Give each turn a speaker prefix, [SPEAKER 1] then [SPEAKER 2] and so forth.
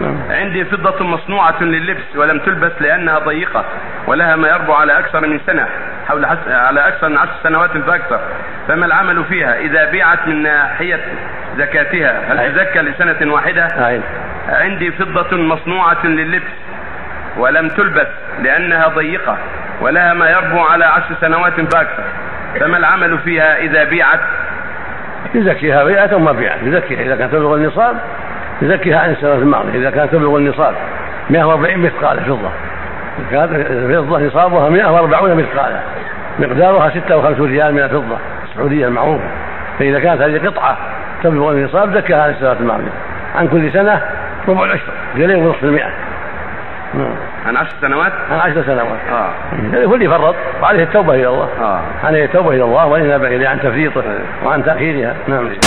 [SPEAKER 1] نعم.
[SPEAKER 2] عندي فضة مصنوعة لللبس ولم تلبس لأنها ضيقة ولها ما يربو على أكثر من سنة حول حس... على أكثر من عشر سنوات فأكثر فما العمل فيها إذا بيعت من ناحية زكاتها هل
[SPEAKER 1] أي.
[SPEAKER 2] تزكى لسنة واحدة
[SPEAKER 1] أعيد
[SPEAKER 2] عندي فضة مصنوعة لللبس ولم تلبس لأنها ضيقة ولها ما يربو على عشر سنوات فأكثر فما العمل فيها إذا بيعت
[SPEAKER 1] يزكيها بيئة ثم بيئة يزكيها إذا كانت تبلغ النصاب يزكيها عن السنة الماضية إذا كانت تبلغ النصاب 140 مثقال فضة إذا كانت الفضة نصابها 140 مثقالا مقدارها 56 ريال من الفضة السعودية المعروفة فإذا كانت هذه قطعة تبلغ النصاب زكاها عن السنة الماضية عن كل سنة ربع العشر جنيه ونصف المئة نعم.
[SPEAKER 2] عن عشر سنوات
[SPEAKER 1] عن عشر سنوات
[SPEAKER 2] آه
[SPEAKER 1] هو اللي فرط وعليه التوبة إلى الله
[SPEAKER 2] آه
[SPEAKER 1] عليه التوبة إلى الله والإنابة إليه عن تفريطه وعن تأخيرها نعم